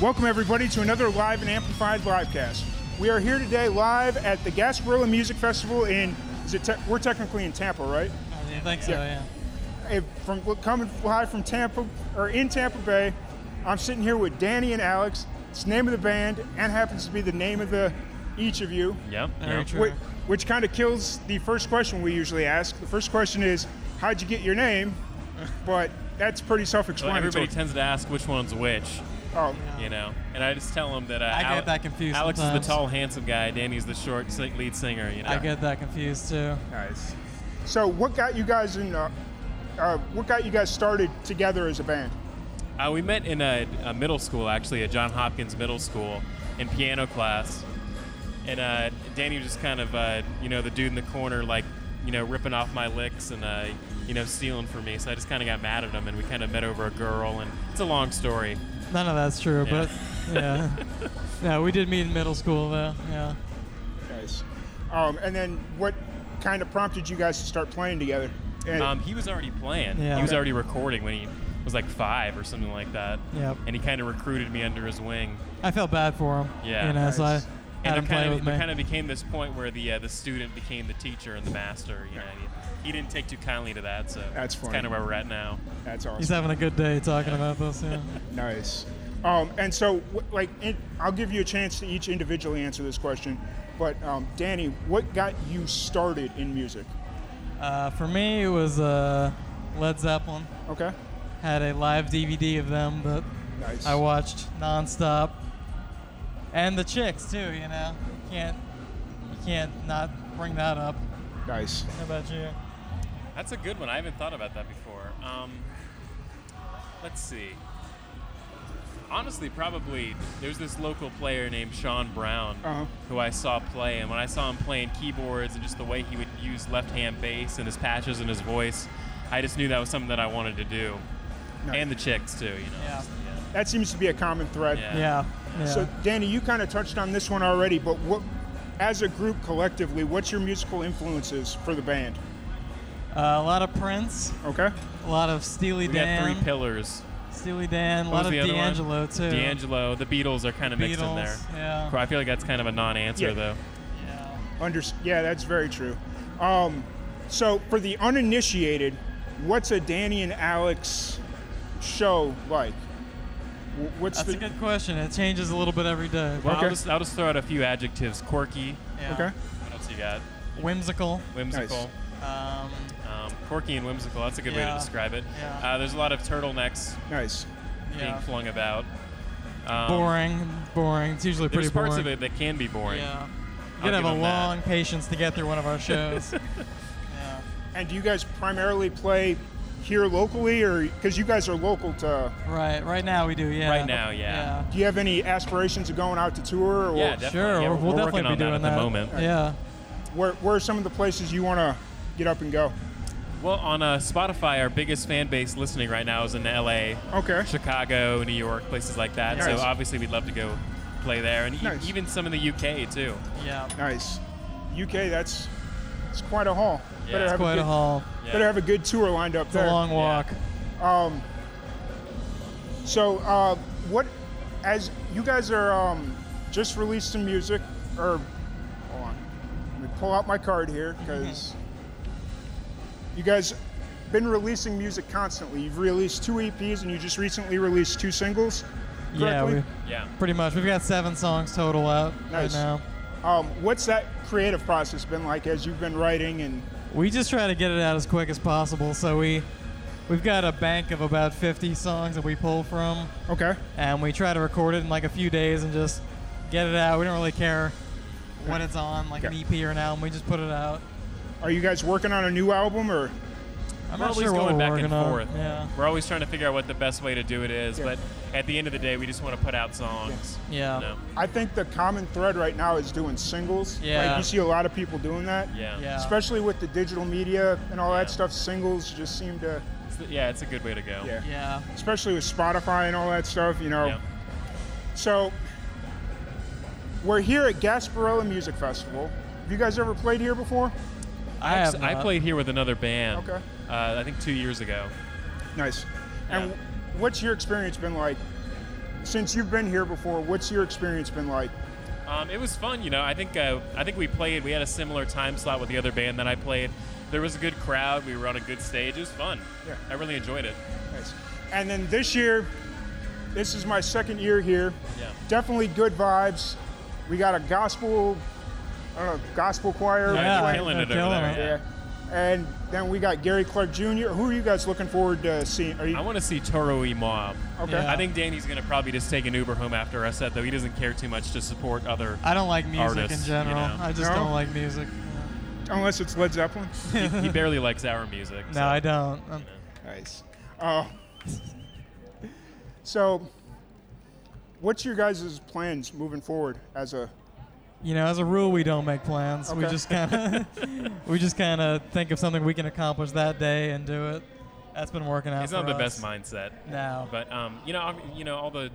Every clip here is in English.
Welcome, everybody, to another live and amplified livecast. We are here today live at the Gasparilla Music Festival in, is it te- we're technically in Tampa, right? I think so, yeah. Hey, from Coming live from Tampa, or in Tampa Bay, I'm sitting here with Danny and Alex. It's the name of the band and happens to be the name of the each of you, Yep. Very yep. true. which, which kind of kills the first question we usually ask. The first question is, how'd you get your name? But that's pretty So everybody self-explanatory. tends to ask which one's which, oh, you know. And I just tell them that uh, I get that confused Alex is sometimes. the tall, handsome guy. Danny's the short sing- lead singer. You know. I get that confused too. Nice. So, what got you guys in? Uh, uh, what got you guys started together as a band? Uh, we met in a, a middle school, actually, at John Hopkins Middle School, in piano class. And uh, Danny was just kind of, uh, you know, the dude in the corner, like, you know, ripping off my licks and, uh, you know, stealing from me. So I just kind of got mad at him, and we kind of met over a girl. And it's a long story. None of that's true, Yeah. but yeah. yeah, we did meet in middle school though. Yeah. Nice. Um, and then, what kind of prompted you guys to start playing together? And Um, he was already playing. Yeah. He was already recording when he was like five or something like that. Yep. And he kind of recruited me under his wing. I felt bad for him. Yeah. You know, so I Nice. had him and it play kind with of me. kind of became this point where the uh, the student became the teacher and the master. You know, and he, he didn't take too kindly to that. So That's funny. kind of where we're at now. that's He's awesome. having a good day talking about this. Yeah. nice. Um, and so, wh- like, in, I'll give you a chance to each individually answer this question. But um, Danny, what got you started in music? Uh, for me, it was uh, Led Zeppelin. Okay. Had a live DVD of them that Nice. I watched nonstop, and the chicks too. You know, can't you can't not bring that up. nice. How about you? That's a good one. I haven't thought about that before. Um, let's see. Honestly, probably there's this local player named Sean Brown Uh-huh. who I saw play, and when I saw him playing keyboards and just the way he would use left-hand bass and his patches and his voice, I just knew that was something that I wanted to do, Nice. and the chicks too, you know. Yeah. just- That seems to be a common thread. Yeah. Yeah. yeah. So, Danny, you kind of touched on this one already, but what, as a group collectively, what's your musical influences for the band? Uh, a lot of Prince, Okay. a lot of Steely We got Dan, three pillars. Steely Dan, a What lot was of the other one? D'Angelo too. D'Angelo, the Beatles are kind of mixed in Beatles, there. yeah. I feel like that's kind of a non-answer Yeah. though. Yeah. Under, yeah, that's very true. Um, so, for the uninitiated, what's a Danny and Alex show like? Wh- What's That's the a good question. It changes a little bit every day. Well, Okay. I'll, just, I'll just throw out a few adjectives: quirky. Yeah. okay? What else you got? Whimsical. Whimsical. Um, Um, quirky and whimsical. That's a good way Yeah. to describe it. Yeah. Uh, there's a lot of turtlenecks Nice. yeah. being flung about. Um, boring. Boring. It's usually pretty There's parts boring. of it that can be boring. Yeah. You I'll gotta have give a him that. long patience to get through one of our shows. yeah. And do you guys primarily play here locally, or because you guys are local to? Right. Right now we do. Yeah. Right now, yeah. Do you have any aspirations of going out to tour? Or Yeah, Yeah. definitely. Sure. Yeah, we'll we're we'll working definitely be on that doing at the moment. Yeah. where, where are some of the places you want to get up and go? Well, on uh, Spotify, our biggest fan base listening right now is in LA, Okay. Chicago, New York, places like that. So Nice. obviously, we'd love to go play there, and e- Nice. even some in the UK too. Yeah. Nice. UK, that's it's quite a haul. Yeah, better it's have Quite good, a haul. Yeah. Better have a good tour lined up It's there. a long walk. um, so, uh, what? As you guys are um, just released some music, or hold on, let me pull out my card here Mm-hmm. because you guys been releasing music constantly. You've released two EPs and you just recently released two singles. Yeah. correctly? We, Yeah. Pretty much. We've got seven songs total out Nice. right now. Um, what's that creative process been like as you've been writing and? We just try to get it out as quick as possible. So we we've got a bank of about 50 songs that we pull from, Okay. and we try to record it in like a few days and just get it out. We don't really care what it's on, like an Okay. EP or an album. We just put it out. Are you guys working on a new album or? I'm we're not always sure what going we're back working and on, forth. yeah. We're always trying to figure out what the best way to do it is. Yeah. But at the end of the day, we just want to put out songs. Yeah. You know? I think the common thread right now is doing singles. Yeah. Like you see a lot of people doing that. Yeah. Yeah. Especially with the digital media and all Yeah. that stuff, singles just seem to. It's, the- yeah, it's a good way to go. Yeah. Yeah. Especially with Spotify and all that stuff, you know. Yeah. So we're here at Gasparilla Music Festival. Have you guys ever played here before? I have. Actually, I not. played here with another band. Okay. Uh, I think two years ago. Nice. And Yeah. what's your experience been like? Since you've been here before, what's your experience been like? Um, it was fun, you know. I think uh, I think we played. We had a similar time slot with the other band that I played. There was a good crowd. We were on a good stage. It was fun. Yeah. I really enjoyed it. Nice. And then this year, this is my second year here. Yeah. Definitely good vibes. We got a gospel, I don't know, gospel choir. Yeah. They're playing. killing they're it over killing there. it. yeah. Yeah. And then we got Gary Clark Jr. Who are you guys looking forward to seeing? Are you I want to see Toro y Mob. okay? Yeah. I think Danny's going to probably just take an Uber home after our set, though. He doesn't care too much to support other. I don't like music Artists, in you general. know. I just No? don't like music. Unless it's Led Zeppelin. he, he barely likes our music. No, so, I don't. Um, you know. Nice. Uh, so, what's your guys' plans moving forward as a? You know, as a rule, we don't make plans. We Okay. just kind of, we just kind of think of something we can accomplish that day and do it. That's been working out. It's not for the us. best mindset, No. but um, you know, I'm- you know all the.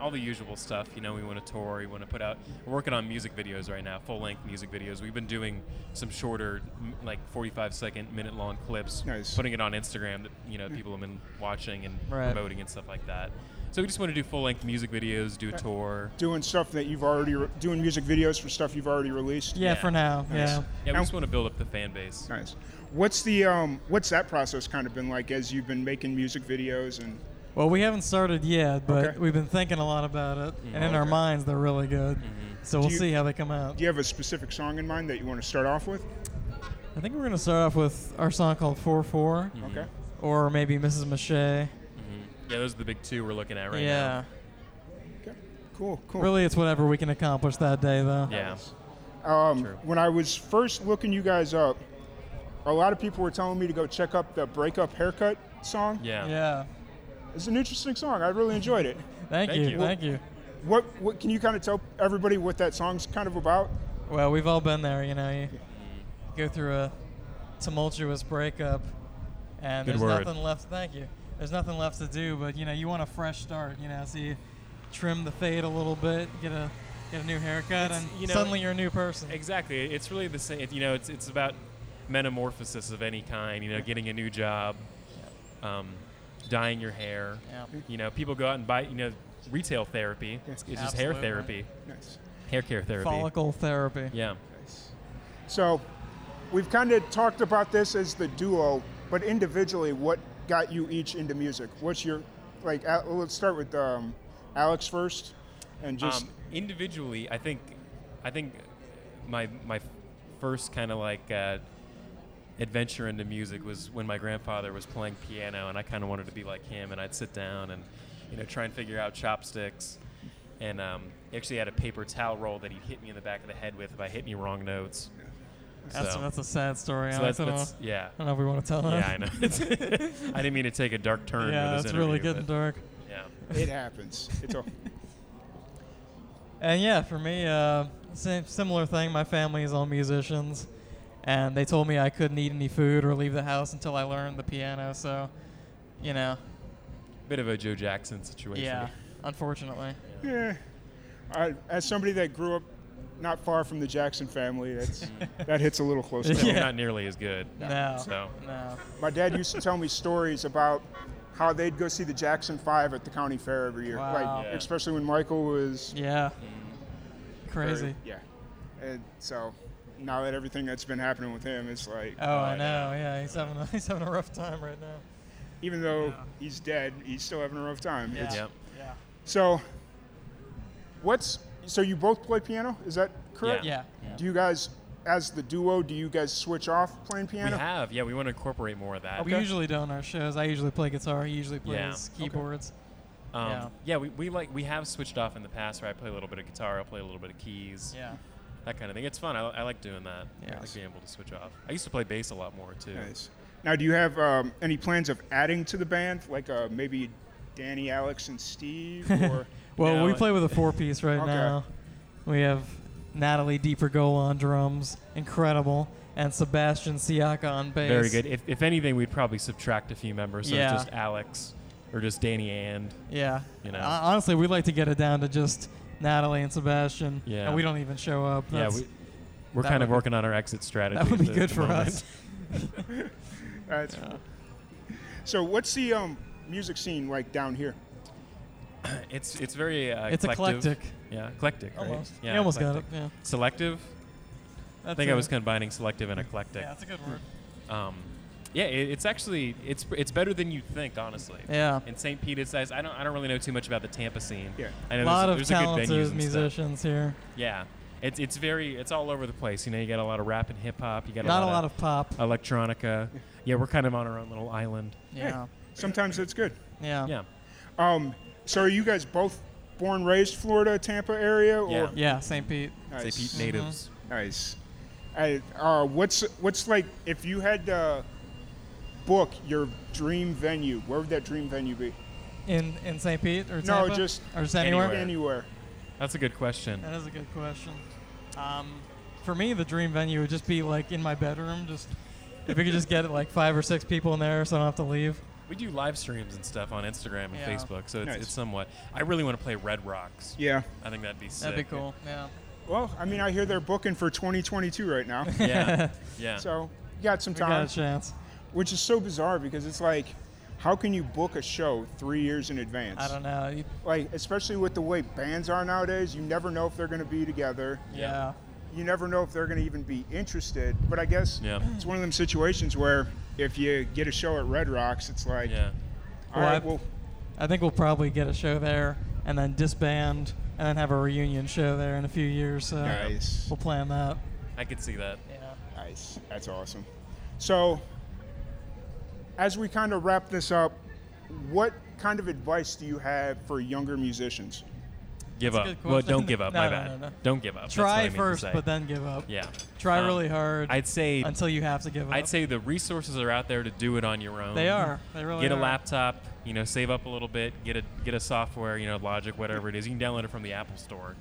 All the usual stuff, you know. We want to tour. We want to put out. We're working on music videos right now, full-length music videos. We've been doing some shorter, m- like 45-second, minute-long clips, Nice. putting it on Instagram that you know people have been watching and Right. promoting and stuff like that. So we just want to do full-length music videos, do a tour. Doing stuff that you've already re- doing music videos for stuff you've already released. yeah, yeah. for now. Nice. Yeah. Yeah, we And- just want to build up the fan base. Nice. What's the um, what's that process kind of been like as you've been making music videos and Well, we haven't started yet, but Okay. we've been thinking a lot about it, and Mm-hmm. in our Okay. minds, they're really good. So we'll you- see how they come out. do you have a specific song in mind that you want to start off with? I think we're gonna start off with our song called Four Four, Mm-hmm. Mm. Okay. or maybe Mrs. Mache. Yeah, those are the big two we're looking at right yeah. Okay. Cool. Cool. Really, it's whatever we can accomplish that day, though. now. Yeah. Um, True. when I was first looking you guys up, a lot of people were telling me to go check up the "Breakup Haircut" song. Yeah. Yeah. It's an interesting song. I really enjoyed it. Thank, Thank you. you. Thank you. What, what can you kind of tell everybody what that song's kind of about? Well, we've all been there, you know. You Mm-hmm. go through a tumultuous breakup, and Good there's word. nothing left. Thank you. There's nothing left to do, but you know you want a fresh start. You know, so you trim the fade a little bit, get a get a new haircut, It's- and you know, suddenly you're a new person. Exactly. It's really the same. You know, it's it's about metamorphosis of any kind. You know, getting a new job, um, dyeing your hair. Yeah. You know, people go out and buy. You know, retail therapy. It's, it's just hair Absolutely. therapy, Nice. hair care therapy. Follicle therapy. Yeah. Nice. So, we've kind of talked about this as the duo, but individually, what got you each into music? What's your like? Al- let's start with um, Alex first, and just um, individually, I think, I think, my my first kind of like uh, adventure into music was when my grandfather was playing piano, and I kind of wanted to be like him, and I'd sit down and you know try and figure out chopsticks, and um, he actually had a paper towel roll that he'd hit me in the back of the head with if I hit any wrong notes. That's, so, that's a sad story. so Alex. that's, I, don't that's know, yeah. I don't know if we want to tell that. Yeah, I know. I didn't mean to take a dark turn. Yeah, with this that's really interview, getting but, dark. Yeah. it happens. It's all And yeah, for me, uh, same, similar thing. My family is all musicians, and they told me I couldn't eat any food or leave the house until I learned the piano. So, you know, Bit of a Joe Jackson situation. yeah, unfortunately. yeah. I, as somebody that grew up not far from the Jackson family, that's that hits a little close. to We're home. Yeah. Not nearly as good. No. So. No. My dad used to tell me stories about how they'd go see the Jackson Five at the county fair every year, Wow. like Yeah. especially when Michael was Yeah. very- Crazy. yeah, and so now that everything that's been happening with him, it's like Oh, I I know. know. Yeah, he's having a, he's having a rough time right now. even though Yeah. he's dead, he's still having a rough time. Yeah. Yep. Yeah. So, what's so you both play piano? Is that correct? Yeah. Yeah. Do you guys, as the duo, do you guys switch off playing We piano? have, yeah. We want to incorporate more of that. We usually don't on our shows. I usually play guitar. He usually plays Yeah. Okay. keyboards. Um, Yeah. yeah, we, we like we have switched off in the past where I play a little bit of guitar, I play a little bit of keys, Yeah. that kind of thing. It's fun. I, I like doing that. I Yes. like being able to switch off. I used to play bass a lot more too. Nice. Now, do you have um, any plans of adding to the band, like uh, maybe Danny, Alex, and Steve? Or Well, No, we it- play with a four piece right Okay. now. We have Natalie Deepergola on drums, incredible, and Sebastian Siaka on bass. Very good. If, if anything, we'd probably subtract a few members. So Yeah. it's just Alex or just Danny and. Yeah. You know. Hon- honestly, we'd like to get it down to just Natalie and Sebastian. Yeah. And we don't even show up. That's- yeah, we, we're that kind would of be- working on our exit strategy. that would be at the- good the for moment. us. That's- uh, So, what's the um, music scene like down here? It's it's very uh, It's collective. eclectic. Yeah, eclectic. right? Almost. Yeah, you almost eclectic. got it. Yeah. Selective. I That's think I it. was combining selective and eclectic. Yeah, that's a good word. um, yeah, it, it's actually it's it's better than you think, honestly. Yeah. In St. Pete, size, I don't I don't really know too much about the Tampa scene. Yeah. I know a lot there's, of there's a good venues talented and stuff. musicians here. Yeah, it's it's very it's all over the place. You know, you got a lot of rap and hip hop. You got Not a lot, of, pop. electronica. Yeah, we're kind of on our own little island. yeah. Sometimes that's good. Yeah. Yeah, Um, so, are you guys both born, raised Florida, Tampa area? Or? Yeah. Yeah, St. Pete. Nice. St. Pete Mm-hmm. natives. Nice. I, uh, what's what's like if you had to book your dream venue? Where would that dream venue be? In in St. Pete or No, Tampa? just or just anywhere. anywhere. Anywhere. That's a good question. That is a good question. Um, for me, the dream venue would just be like in my bedroom. Just if we could just get like five or six people in there, so I don't have to leave. We do live streams and stuff on Instagram and Yeah. Facebook, so it's, Nice. it's somewhat. I really want to play Red Rocks. Yeah. I think that'd be sick. That'd be cool. Yeah. Well, I mean, I hear they're booking for 2022 right now, Yeah, yeah. so you got some We got time. a chance. Which is so bizarre because it's like, how can you book a show three years in advance? I don't know. You- Like, especially with the way bands are nowadays, you never know if they're going to be together. yeah. You never know if they're going to even be interested. But I guess Yeah. it's one of them situations where if you get a show at Red Rocks, it's like, yeah. all Well, right, I've- well, I think we'll probably get a show there and then disband and then have a reunion show there in a few years. So nice. uh, we'll plan that. I could see that. Yeah. Nice. That's awesome. So, as we kind of wrap this up, what kind of advice do you have for younger musicians? Give That's a up. good Well, question. don't give up. No, my no, bad. no, no. Don't give up. That's what I Try mean to first, say. but then give up. yeah. Try Um, really hard I'd say until you have to give up. I'd say the resources are out there to do it on your own. they are. They really Get a are. laptop, you know, save up a little bit, get a get a software, you know, Logic, whatever it is. You can download it from the Apple Store,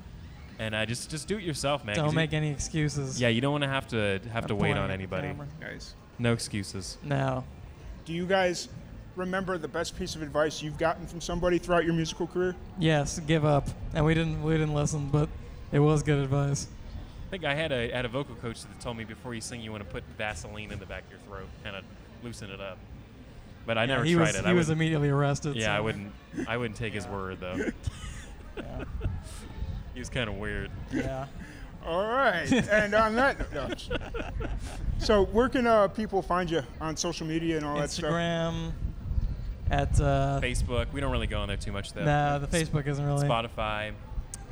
and uh, just just do it yourself, man. 'cause Don't you- make any excuses. Yeah, you don't want to have to have to I'm wait pointing on at the anybody. camera. Nice. No excuses. No. Do you guys remember the best piece of advice you've gotten from somebody throughout your musical career? Yes, give up. And we didn't we didn't listen, but it was good advice. I think I had a had a vocal coach that told me before you sing, you want to put Vaseline in the back of your throat, kind of loosen it up. But I never he tried was, it. He I was wouldn't- immediately arrested. Yeah, I so- wouldn't. I wouldn't take his word though. Yeah. He was kind of weird. yeah. All right. and on that note, so where can uh, people find you on social media and all that stuff? Instagram at uh, Facebook. We don't really go on there too much though. no, the Facebook isn't really. Spotify.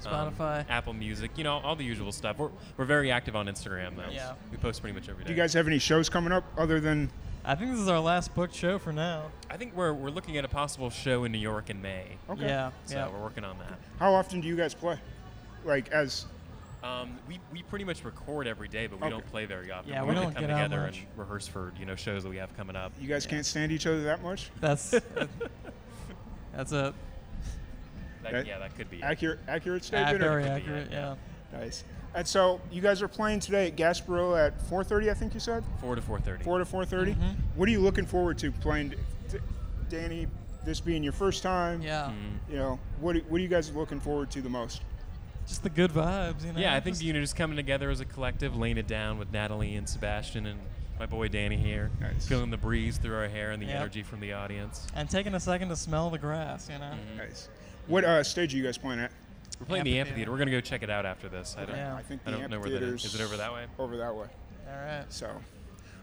um, Spotify. Apple Music. You know all the usual stuff. We're we're very active on Instagram though. Yeah. We post pretty much every day. Do you guys have any shows coming up other than? I think this is our last booked show for now. I think we're we're looking at a possible show in New York in May. Okay. Yeah. So yeah. we're working on that. How often do you guys play? Like as Um, we, we pretty much record every day, but we Okay. don't play very often. Yeah, we normally don't come get out together much. and rehearse for you know shows that we have coming up. you guys can't stand each other that much? That's uh, that's a That, yeah, that could be. it. Accurate, accurate statement. or- very yeah. accurate. Yeah. Nice. And so you guys are playing today at Gasparilla at 4:30, I think you said. Four to four thirty. Four to 4:30. Mm-hmm. Mhm. What are you looking forward to playing, t- Danny? This being your first time. Yeah. Mm-hmm. You know what? do- What are you guys looking forward to the most? Just the good vibes, you know. Yeah, I think just- you know just coming together as a collective, laying it down with Natalie and Sebastian and my boy Danny here, Nice. feeling the breeze through our hair and the Yep. energy from the audience. and taking a second to smell the grass, you know. Mm-hmm. Nice. What uh, stage are you guys playing at? We're playing the Amphitheater. amphitheater. We're gonna go check it out after this. I don't. Yeah. I think I the don't know where that amphitheater's is. Is it over that way? Over that way. All right. So,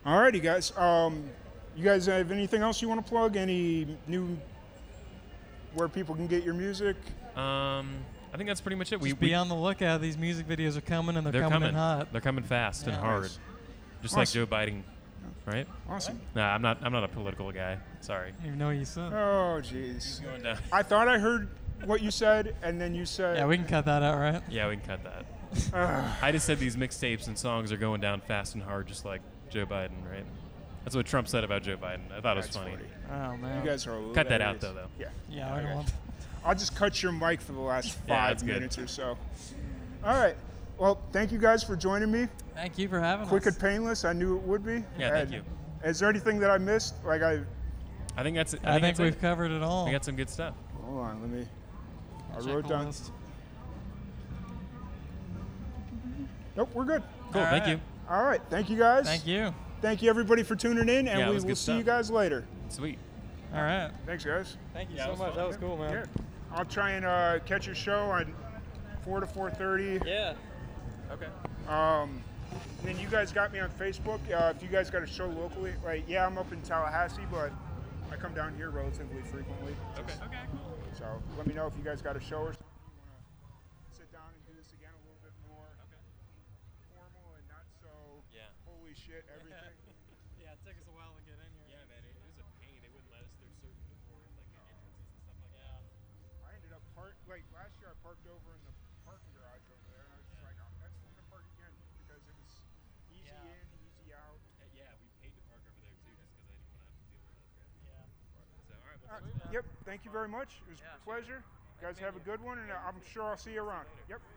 alrighty, guys. Um, you guys have anything else you want to plug? Any new where people can get your music? Um, I think that's pretty much it. Just be on the lookout. These music videos are coming, and they're, they're coming, coming. in hot. They're coming fast and Yeah. hard, Nice. just Awesome. like Joe Biden, right? Awesome. Nah, I'm not. I'm not a political guy. Sorry. I don't even know what you said. Oh, jeez. Going down. I thought I heard what you said, and then you said, yeah, we can cut that out, right? Yeah, we can cut that. Ah, I just said these mixtapes and songs are going down fast and hard, just like Joe Biden, right? That's what Trump said about Joe Biden. I thought it was That's funny. funny. Oh man. You guys are hilarious. Cut that out, though, though. Yeah. Yeah, I Okay. don't want. I'll just cut your mic for the last Yeah, five that's good. minutes or so. All right. Well, thank you guys for joining me. Thank you for having Quick us. and painless. I knew it would be. Yeah, thank And you. Is there anything that I missed? Like I, I think that's. it. I think that's it. we've covered it all. We got some good stuff. hold on. Let me. I Check wrote the down. list. Nope, we're good. Cool. All thank right. you. All right. Thank you guys. Thank you. Thank you everybody for tuning in, and Yeah, it we will was see good you stuff. guys later. Sweet. All right. Thanks, guys. Thank you Yeah, it so was much. fun. That was cool, Yeah. I'll try and uh, catch your show on four to four thirty. Yeah. Okay. Um, and then you guys got me on Facebook. Uh, if you guys got a show locally, like yeah, I'm up in Tallahassee, but I come down here relatively frequently. Okay. Okay. Cool. So let me know if you guys got a show or something. You want to sit down and do this again a little bit more formal and not so Yeah. holy shit everything. Yeah, it took us a while to get in here. Yeah, man. It was a pain. They wouldn't let us through certain doors, like the entrances and stuff like that. I ended up parked like last year. I parked over in the parking garage over there, and I was just like, I'm never going to park again because it was easy Yeah. in, easy out. Uh, Yeah, we paid to park over there too, just because I didn't want to have to deal with that. So, all right. Yep. Thank you very much. It was a pleasure. You guys have a good one, and I'm sure I'll see you around. Yep.